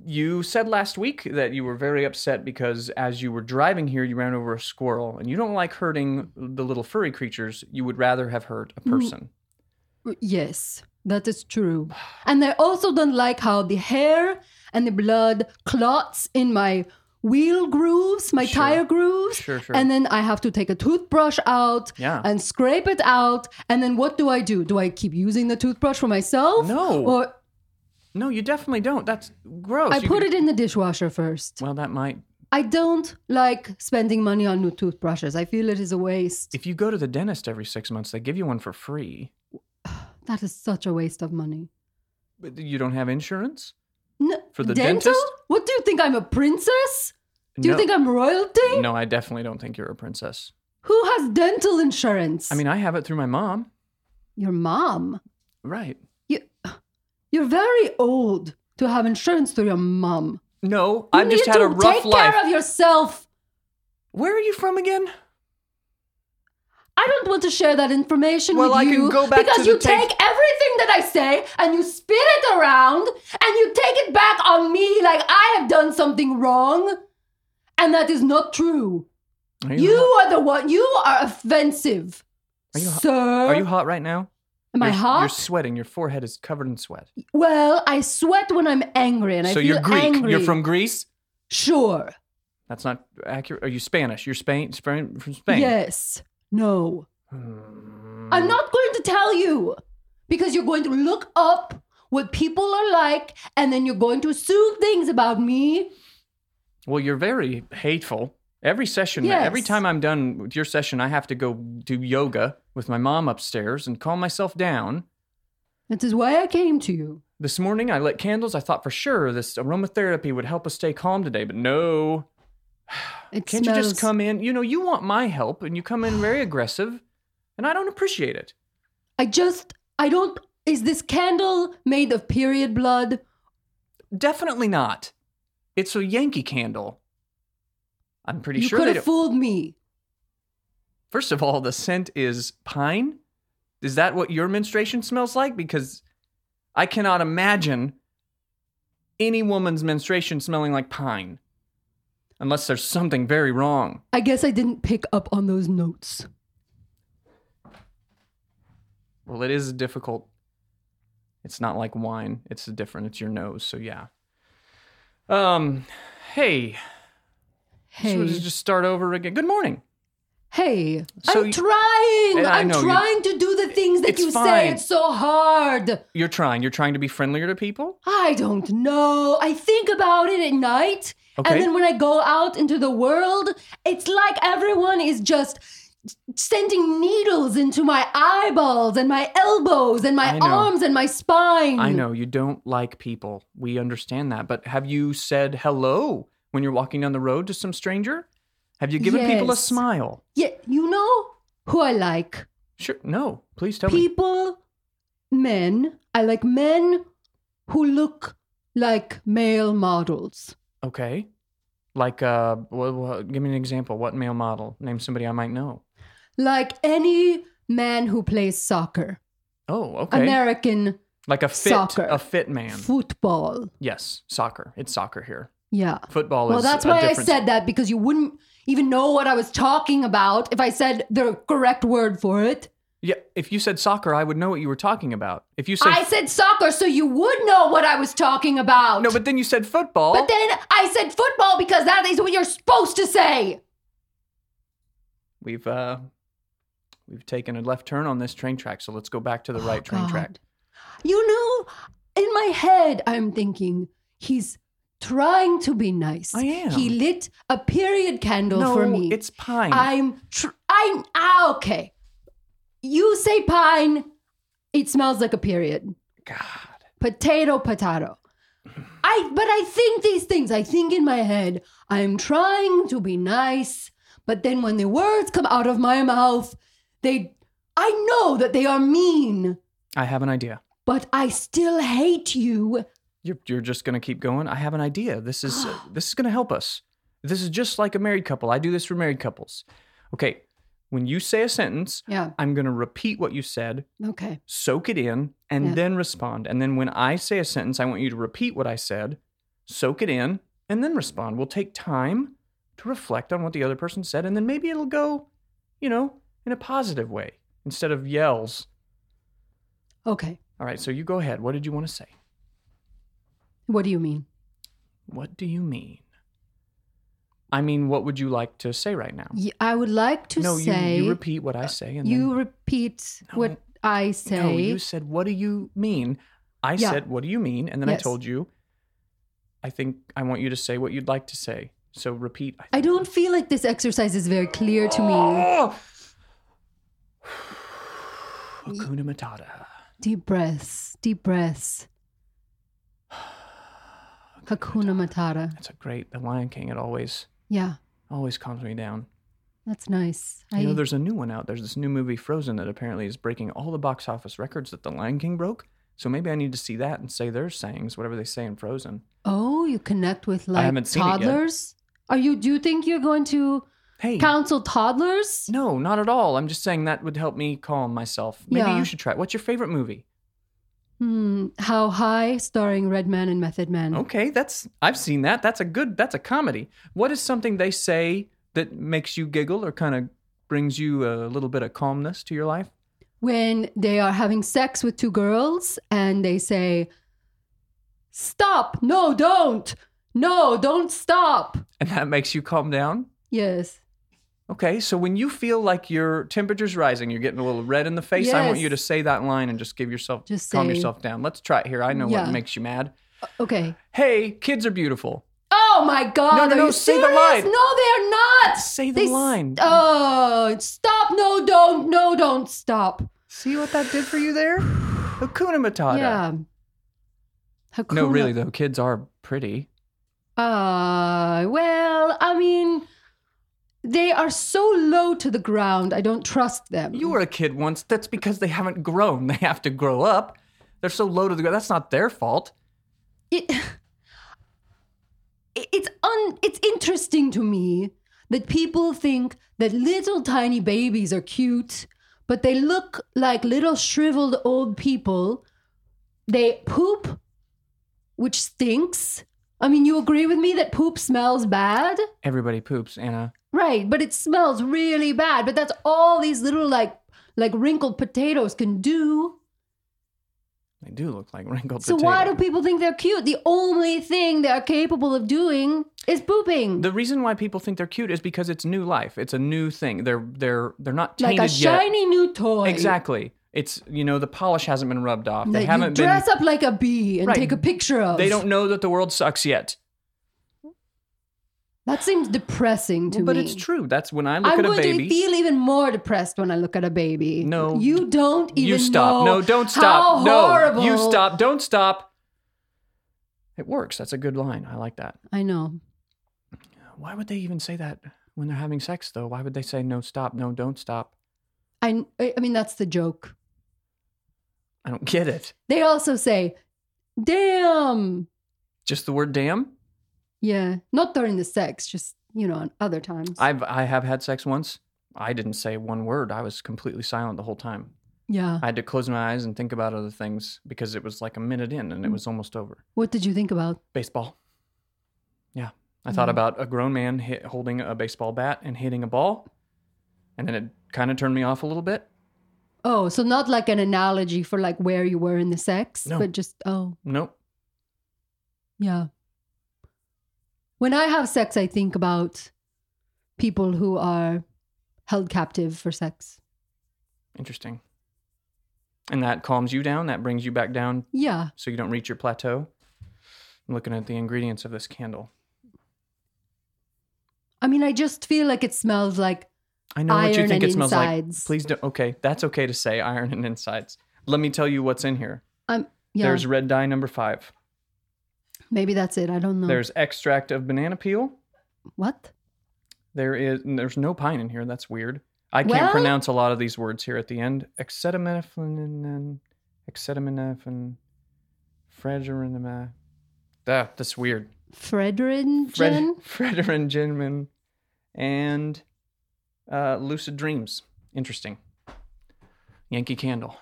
[SPEAKER 3] You said last week that you were very upset because as you were driving here, you ran over a squirrel, and you don't like hurting the little furry creatures. You would rather have hurt
[SPEAKER 5] Mm.
[SPEAKER 3] a person.
[SPEAKER 5] Yes, that is true. And I also don't like how the hair and the blood clots in my wheel grooves, my
[SPEAKER 3] Sure.
[SPEAKER 5] tire grooves.
[SPEAKER 3] Sure, sure.
[SPEAKER 5] And then I have to take a toothbrush out
[SPEAKER 3] Yeah.
[SPEAKER 5] and scrape it out. And then what do I do? Do I keep using the toothbrush for myself?
[SPEAKER 3] No.
[SPEAKER 5] Or
[SPEAKER 3] no, you definitely don't. That's gross.
[SPEAKER 5] I
[SPEAKER 3] You
[SPEAKER 5] put
[SPEAKER 3] could-
[SPEAKER 5] it in the dishwasher first.
[SPEAKER 3] Well, that might.
[SPEAKER 5] I don't like spending money on new toothbrushes. I feel it is a waste.
[SPEAKER 3] If you go to the dentist every six months, they give you one for free.
[SPEAKER 5] That is such a waste of money.
[SPEAKER 3] But you don't have insurance
[SPEAKER 5] N-
[SPEAKER 3] For the
[SPEAKER 5] dental?
[SPEAKER 3] dentist?
[SPEAKER 5] What do you think? I'm a princess? Do you
[SPEAKER 3] No.
[SPEAKER 5] think I'm royalty?
[SPEAKER 3] No, I definitely don't think you're a princess.
[SPEAKER 5] Who has dental insurance?
[SPEAKER 3] I mean, I have it through my mom.
[SPEAKER 5] your mom.
[SPEAKER 3] Right.
[SPEAKER 5] You, you're very old to have insurance through your mom.
[SPEAKER 3] No,
[SPEAKER 5] You
[SPEAKER 3] I've just
[SPEAKER 5] need
[SPEAKER 3] had
[SPEAKER 5] to
[SPEAKER 3] a rough
[SPEAKER 5] take
[SPEAKER 3] life.
[SPEAKER 5] care of yourself.
[SPEAKER 3] Where are you from again?
[SPEAKER 5] I don't want to share that information
[SPEAKER 3] Well,
[SPEAKER 5] with
[SPEAKER 3] I can
[SPEAKER 5] you
[SPEAKER 3] go back to
[SPEAKER 5] because
[SPEAKER 3] the
[SPEAKER 5] you
[SPEAKER 3] tape.
[SPEAKER 5] take everything that I say and you spin it around and you take it back on me like I have done something wrong, and that is not true.
[SPEAKER 3] Are
[SPEAKER 5] You, are the one. You are offensive,
[SPEAKER 3] Are you hot-
[SPEAKER 5] sir.
[SPEAKER 3] Are you hot right now?
[SPEAKER 5] Am I
[SPEAKER 3] you're,
[SPEAKER 5] hot?
[SPEAKER 3] You're sweating. Your forehead is covered in sweat.
[SPEAKER 5] Well, I sweat when I'm angry, and I
[SPEAKER 3] so
[SPEAKER 5] feel
[SPEAKER 3] you're Greek.
[SPEAKER 5] angry.
[SPEAKER 3] You're from Greece.
[SPEAKER 5] Sure.
[SPEAKER 3] That's not accurate. Are you Spanish? You're Spain, Spain from Spain.
[SPEAKER 5] Yes. No. I'm not going to tell you because you're going to look up what people are like and then you're going to assume things about me.
[SPEAKER 3] Well, you're very hateful. Every session,
[SPEAKER 5] Yes.
[SPEAKER 3] every time I'm done with your session, I have to go do yoga with my mom upstairs and calm myself down.
[SPEAKER 5] That is why I came to you.
[SPEAKER 3] This morning, I lit candles. I thought for sure this aromatherapy would help us stay calm today, but no.
[SPEAKER 5] It
[SPEAKER 3] Can't
[SPEAKER 5] smells
[SPEAKER 3] you just come in? You know, you want my help, and you come in very aggressive, and I don't appreciate it.
[SPEAKER 5] I just I don't Is this candle made of period blood?
[SPEAKER 3] Definitely not. It's a Yankee candle. I'm pretty
[SPEAKER 5] you
[SPEAKER 3] sure
[SPEAKER 5] could
[SPEAKER 3] they
[SPEAKER 5] have
[SPEAKER 3] don't.
[SPEAKER 5] fooled me.
[SPEAKER 3] First of all, the scent is pine. Is that what your menstruation smells like? Because I cannot imagine any woman's menstruation smelling like pine. Unless there's something very wrong.
[SPEAKER 5] I guess I didn't pick up on those notes.
[SPEAKER 3] Well, it is difficult. It's not like wine. It's different. It's your nose. So yeah. Um, hey.
[SPEAKER 5] Hey,
[SPEAKER 3] Should we just start over again? Good morning.
[SPEAKER 5] hey!
[SPEAKER 3] So
[SPEAKER 5] I'm
[SPEAKER 3] you-
[SPEAKER 5] trying.
[SPEAKER 3] Yeah, I
[SPEAKER 5] I'm
[SPEAKER 3] know, you-
[SPEAKER 5] trying to do the things that
[SPEAKER 3] It's
[SPEAKER 5] you say.
[SPEAKER 3] fine.
[SPEAKER 5] It's so hard.
[SPEAKER 3] You're trying. You're trying to be friendlier to people.
[SPEAKER 5] I don't know. I think about it at night.
[SPEAKER 3] Okay.
[SPEAKER 5] And then when I go out into the world, it's like everyone is just sending needles into my eyeballs and my elbows and
[SPEAKER 3] I
[SPEAKER 5] my
[SPEAKER 3] know.
[SPEAKER 5] arms and my spine.
[SPEAKER 3] I know you don't like people. We understand that. But have you said hello when you're walking down the road to some stranger? Have you given people a
[SPEAKER 5] Yes.
[SPEAKER 3] smile?
[SPEAKER 5] Yeah, you know who I like?
[SPEAKER 3] Sure. No. Please tell me.
[SPEAKER 5] People, men. I like men who look like male models.
[SPEAKER 3] Okay. Like, uh, wha- wha- give me an example. What male model? Name somebody I might know.
[SPEAKER 5] Like any man who plays soccer,
[SPEAKER 3] Oh, okay.
[SPEAKER 5] American
[SPEAKER 3] like a fit,
[SPEAKER 5] Soccer.
[SPEAKER 3] a fit man.
[SPEAKER 5] football.
[SPEAKER 3] Yes, soccer. It's soccer here.
[SPEAKER 5] Yeah.
[SPEAKER 3] Football
[SPEAKER 5] Well,
[SPEAKER 3] is.
[SPEAKER 5] that's
[SPEAKER 3] a
[SPEAKER 5] why I
[SPEAKER 3] different-
[SPEAKER 5] said that because you wouldn't even know what I was talking about if I said the correct word for it.
[SPEAKER 3] Yeah, if you said soccer, I would know what you were talking about. If you said
[SPEAKER 5] I said soccer, so you would know what I was talking about.
[SPEAKER 3] no, but then you said football.
[SPEAKER 5] But then I said football because that is what you're supposed to say.
[SPEAKER 3] we've uh, we've taken a left turn on this train track, so let's go back to the right train
[SPEAKER 5] Oh, God.
[SPEAKER 3] track.
[SPEAKER 5] You know, in my head, I'm thinking he's trying to be nice.
[SPEAKER 3] I am.
[SPEAKER 5] He lit a period candle
[SPEAKER 3] no,
[SPEAKER 5] for me.
[SPEAKER 3] it's pine.
[SPEAKER 5] I'm tr- I'm ah, okay. You say pine. It smells like a period.
[SPEAKER 3] God,
[SPEAKER 5] potato potato i but i think these things i think in my head i'm trying to be nice but then when the words come out of my mouth they i know that they are mean
[SPEAKER 3] I have an idea.
[SPEAKER 5] but i still hate you
[SPEAKER 3] You're you're just gonna keep going. I have an idea. This
[SPEAKER 5] *gasps*
[SPEAKER 3] is uh, this is gonna help us. This is just like a married couple. I do this for married couples. Okay, when you say a sentence,
[SPEAKER 5] yeah
[SPEAKER 3] I'm gonna repeat what you said.
[SPEAKER 5] okay
[SPEAKER 3] soak it in, and
[SPEAKER 5] Yeah.
[SPEAKER 3] then respond. And then when I say a sentence, I want you to repeat what I said, soak it in, and then respond. We'll take time to reflect on what the other person said, and then maybe it'll go, you know, in a positive way instead of yells.
[SPEAKER 5] okay
[SPEAKER 3] All right, so you go ahead. What did you want to say?
[SPEAKER 5] what do you mean
[SPEAKER 3] What do you mean? I mean, what would you like to say right now?
[SPEAKER 5] Y- i would like to
[SPEAKER 3] Um, no,
[SPEAKER 5] say
[SPEAKER 3] you, you repeat what I say, and
[SPEAKER 5] you
[SPEAKER 3] then,
[SPEAKER 5] repeat
[SPEAKER 3] No.
[SPEAKER 5] what i say
[SPEAKER 3] No, you said, "What do you mean?" I
[SPEAKER 5] Yeah.
[SPEAKER 3] said, "What do you mean?" And then I
[SPEAKER 5] Yes.
[SPEAKER 3] told you, "I think I want you to say what you'd like to say." So repeat.
[SPEAKER 5] i don't feel like this exercise is very clear to me
[SPEAKER 3] Oh! *sighs* Hakuna Matata.
[SPEAKER 5] deep breaths deep breaths *sighs* hakuna matata
[SPEAKER 3] That's a great. The Lion King. It always
[SPEAKER 5] Yeah,
[SPEAKER 3] always calms me down.
[SPEAKER 5] that's nice.
[SPEAKER 3] You know,
[SPEAKER 5] I,
[SPEAKER 3] there's a new one out. There's this new movie Frozen that apparently is breaking all the box office records that The Lion King broke. So maybe I need to see that and say their sayings, whatever they say in Frozen.
[SPEAKER 5] oh, you connect with like
[SPEAKER 3] haven't seen it yet.
[SPEAKER 5] toddlers. Are you? Do you think you're going to
[SPEAKER 3] Hey,
[SPEAKER 5] counsel toddlers?
[SPEAKER 3] No, not at all. I'm just saying that would help me calm myself. Maybe
[SPEAKER 5] Yeah.
[SPEAKER 3] you should try. it. What's your favorite movie?
[SPEAKER 5] Hmm. How high? Starring Redman and Method Man.
[SPEAKER 3] Okay, that's I've seen that. That's a good that's a comedy. What is something they say that makes you giggle or kind of brings you a little bit of calmness to your life?
[SPEAKER 5] When they are having sex with two girls and they say, "Stop! No, don't! No, don't stop!"
[SPEAKER 3] And that makes you calm down?
[SPEAKER 5] Yes.
[SPEAKER 3] Okay, so when you feel like your temperature's rising, you're getting a little red in the face, I want
[SPEAKER 5] Yes.
[SPEAKER 3] you to say that line and just give yourself
[SPEAKER 5] Just
[SPEAKER 3] calm
[SPEAKER 5] say-
[SPEAKER 3] yourself down. Let's try it here. I know
[SPEAKER 5] Yeah.
[SPEAKER 3] what makes you mad.
[SPEAKER 5] Okay.
[SPEAKER 3] Hey, kids are beautiful.
[SPEAKER 5] Oh my God!
[SPEAKER 3] No, no,
[SPEAKER 5] are
[SPEAKER 3] no,
[SPEAKER 5] you
[SPEAKER 3] say the
[SPEAKER 5] serious?
[SPEAKER 3] line.
[SPEAKER 5] No, they are not.
[SPEAKER 3] Say the
[SPEAKER 5] They s-
[SPEAKER 3] line.
[SPEAKER 5] Oh, stop! No, don't! No, don't stop!
[SPEAKER 3] See what that did for you there? *sighs* Hakuna Matata.
[SPEAKER 5] Yeah. Hakuna.
[SPEAKER 3] No, really though, kids are pretty.
[SPEAKER 5] Uh, well, I mean, they are so low to the ground. I don't trust
[SPEAKER 3] *laughs*
[SPEAKER 5] them.
[SPEAKER 3] You were a kid once. That's because they haven't grown. They have to grow up. They're so low to the ground. That's not their fault.
[SPEAKER 5] it, *laughs* it- it's un, it's interesting to me that people think that little tiny babies are cute, but they look like little shriveled old people. They poop, which stinks. I mean, you agree with me that poop smells bad?
[SPEAKER 3] Everybody poops, uh, Anna.
[SPEAKER 5] Right, but it smells really bad. But that's all these little like like wrinkled potatoes can do.
[SPEAKER 3] They do look like wrinkled
[SPEAKER 5] So
[SPEAKER 3] potato.
[SPEAKER 5] why do people think they're cute? The only thing they are capable of doing is pooping.
[SPEAKER 3] the reason why people think they're cute is because it's new life. It's a new thing. They're they're they're not
[SPEAKER 5] like
[SPEAKER 3] tainted
[SPEAKER 5] a
[SPEAKER 3] yet.
[SPEAKER 5] shiny new toy.
[SPEAKER 3] Exactly. It's you know the polish hasn't been rubbed off.
[SPEAKER 5] That
[SPEAKER 3] they haven't
[SPEAKER 5] you
[SPEAKER 3] been.
[SPEAKER 5] dress up like a bee and
[SPEAKER 3] Right.
[SPEAKER 5] take a picture of.
[SPEAKER 3] They don't know that the world sucks yet.
[SPEAKER 5] That seems depressing to
[SPEAKER 3] but
[SPEAKER 5] me.
[SPEAKER 3] it's true. That's when I look
[SPEAKER 5] I'm
[SPEAKER 3] at a
[SPEAKER 5] going
[SPEAKER 3] baby.
[SPEAKER 5] to feel even more depressed when I look at a baby.
[SPEAKER 3] No.
[SPEAKER 5] you don't even.
[SPEAKER 3] you stop. No,
[SPEAKER 5] know
[SPEAKER 3] don't stop.
[SPEAKER 5] How
[SPEAKER 3] no,
[SPEAKER 5] horrible.
[SPEAKER 3] you stop. Don't stop. It works. That's a good line. I like that.
[SPEAKER 5] I know.
[SPEAKER 3] Why would they even say that when they're having sex though? Why would they say no stop? No, don't stop.
[SPEAKER 5] I. I mean, that's the joke.
[SPEAKER 3] I don't get it.
[SPEAKER 5] They also say, "Damn."
[SPEAKER 3] Just the word damn.
[SPEAKER 5] Yeah, not during the sex, just you know, on other times.
[SPEAKER 3] I've I have had sex once. I didn't say one word. I was completely silent the whole time.
[SPEAKER 5] yeah.
[SPEAKER 3] I had to close my eyes and think about other things because it was like a minute in
[SPEAKER 5] Mm.
[SPEAKER 3] and it was almost over.
[SPEAKER 5] What did you think about?
[SPEAKER 3] Baseball. Yeah. I thought
[SPEAKER 5] Mm.
[SPEAKER 3] about a grown man hit, holding a baseball bat and hitting a ball. And then it kind of turned me off a little bit.
[SPEAKER 5] Oh, so not like an analogy for like where you were in the sex,
[SPEAKER 3] No.
[SPEAKER 5] but just oh,
[SPEAKER 3] Nope.
[SPEAKER 5] yeah. When I have sex, I think about people who are held captive for sex.
[SPEAKER 3] Interesting. And that calms you down. That brings you back down
[SPEAKER 5] Yeah.
[SPEAKER 3] so you don't reach your plateau. I'm looking at the ingredients of this candle.
[SPEAKER 5] I mean, I just feel like it smells like
[SPEAKER 3] I know what you
[SPEAKER 5] Iron
[SPEAKER 3] think
[SPEAKER 5] and
[SPEAKER 3] it smells
[SPEAKER 5] insides.
[SPEAKER 3] like. Please don't. Okay, that's okay to say iron and insides. Let me tell you what's in here.
[SPEAKER 5] um yeah,
[SPEAKER 3] There's red dye number five.
[SPEAKER 5] maybe that's it. I don't know.
[SPEAKER 3] There's extract of banana peel.
[SPEAKER 5] what?
[SPEAKER 3] There is. and There's no pine in here. That's weird. I can't
[SPEAKER 5] Well-
[SPEAKER 3] pronounce a lot of these words here at the end. Acetaminophen, acetaminophen, frageranima. Ah, that's weird.
[SPEAKER 5] Frederin
[SPEAKER 3] *laughs* Fred, Frederingenman and uh, Lucid Dreams. Interesting. Yankee Candle.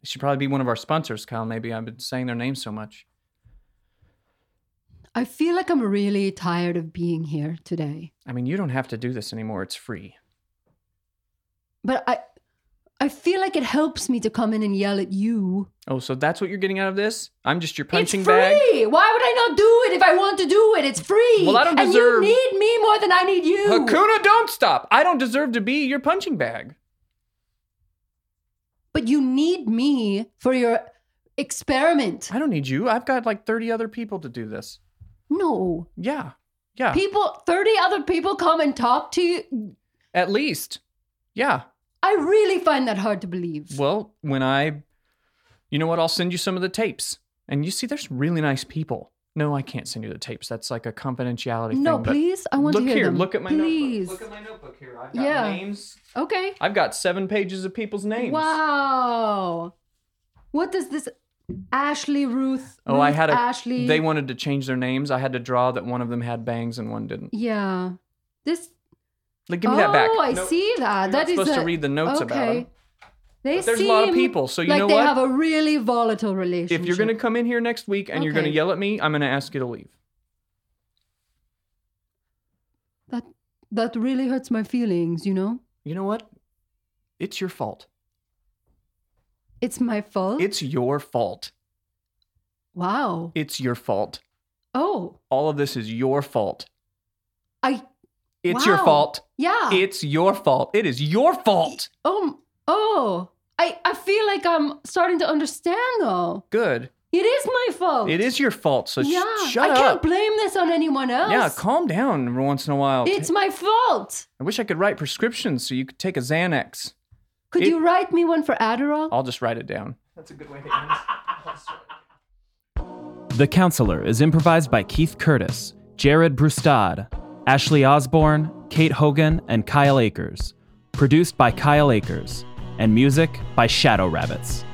[SPEAKER 3] They should probably be one of our sponsors, Kyle. Maybe I've been saying their name so much.
[SPEAKER 5] I feel like I'm really tired of being here today.
[SPEAKER 3] I mean, you don't have to do this anymore. It's free.
[SPEAKER 5] But I I feel like it helps me to come in and yell at you.
[SPEAKER 3] Oh, so that's what you're getting out of this? I'm just your punching
[SPEAKER 5] it's
[SPEAKER 3] bag.
[SPEAKER 5] free. Why would I not do it if I want to do it? It's free.
[SPEAKER 3] Well, I don't
[SPEAKER 5] and
[SPEAKER 3] deserve-
[SPEAKER 5] you need me more than I need you.
[SPEAKER 3] Hakuna, don't stop. I don't deserve to be your punching bag.
[SPEAKER 5] But you need me for your experiment.
[SPEAKER 3] I don't need you. I've got like 30 other people to do this.
[SPEAKER 5] No.
[SPEAKER 3] Yeah. Yeah.
[SPEAKER 5] People 30 other people come and talk to you.
[SPEAKER 3] At least. Yeah.
[SPEAKER 5] I really find that hard to believe.
[SPEAKER 3] Well, when I, you know what? I'll send you some of the tapes. And you see, there's really nice people. No, I can't send you the tapes. That's like a confidentiality thing.
[SPEAKER 5] no,
[SPEAKER 3] but
[SPEAKER 5] please. I want
[SPEAKER 3] look
[SPEAKER 5] to hear
[SPEAKER 3] here.
[SPEAKER 5] them.
[SPEAKER 3] Look at my
[SPEAKER 5] please.
[SPEAKER 3] notebook. Look at my notebook here. I've got
[SPEAKER 5] Yeah.
[SPEAKER 3] names.
[SPEAKER 5] okay.
[SPEAKER 3] I've got seven pages of people's names.
[SPEAKER 5] Wow. What does this Ashley Ruth?
[SPEAKER 3] Oh, I
[SPEAKER 5] Ruth
[SPEAKER 3] had a.
[SPEAKER 5] Ashley.
[SPEAKER 3] They wanted to change their names. I had to draw that one of them had bangs and one didn't.
[SPEAKER 5] Yeah. This.
[SPEAKER 3] Like, give me that back.
[SPEAKER 5] Oh, I
[SPEAKER 3] No,
[SPEAKER 5] see that.
[SPEAKER 3] You're
[SPEAKER 5] That
[SPEAKER 3] not
[SPEAKER 5] is
[SPEAKER 3] supposed to
[SPEAKER 5] a-
[SPEAKER 3] read the notes about
[SPEAKER 5] okay.
[SPEAKER 3] them.
[SPEAKER 5] They
[SPEAKER 3] But there's a lot of
[SPEAKER 5] seem
[SPEAKER 3] people, so you
[SPEAKER 5] like
[SPEAKER 3] know
[SPEAKER 5] they
[SPEAKER 3] what?
[SPEAKER 5] have a really volatile relationship.
[SPEAKER 3] If you're gonna come in here next week and you're gonna
[SPEAKER 5] Okay.
[SPEAKER 3] yell at me, I'm gonna ask you to leave.
[SPEAKER 5] that that really hurts my feelings. You know,
[SPEAKER 3] You know what? It's your fault.
[SPEAKER 5] it's my fault.
[SPEAKER 3] It's your fault.
[SPEAKER 5] wow.
[SPEAKER 3] It's your fault.
[SPEAKER 5] Oh,
[SPEAKER 3] All of this is your fault.
[SPEAKER 5] I.
[SPEAKER 3] It's your
[SPEAKER 5] Wow. Ah.
[SPEAKER 3] fault.
[SPEAKER 5] Yeah.
[SPEAKER 3] It's your fault. It is your fault.
[SPEAKER 5] oh. Oh. I. I feel like I'm starting to understand though.
[SPEAKER 3] Good.
[SPEAKER 5] It is my fault.
[SPEAKER 3] It is your fault. So sh-
[SPEAKER 5] Oh. yeah.
[SPEAKER 3] shut
[SPEAKER 5] I
[SPEAKER 3] up.
[SPEAKER 5] can't blame this on anyone else.
[SPEAKER 3] yeah, calm down every once in a while.
[SPEAKER 5] It's my fault.
[SPEAKER 3] I wish I could write prescriptions so you could take a Xanax.
[SPEAKER 5] Could
[SPEAKER 3] It-
[SPEAKER 5] you write me one for Adderall?
[SPEAKER 3] I'll just write it down.
[SPEAKER 1] The Counselor is improvised by Keith Curtis, Jared Brustad, Ashley Osborne, Kate Hogan, and Kyle Akers. Produced by Kyle Akers, and music by Shadow Rabbits.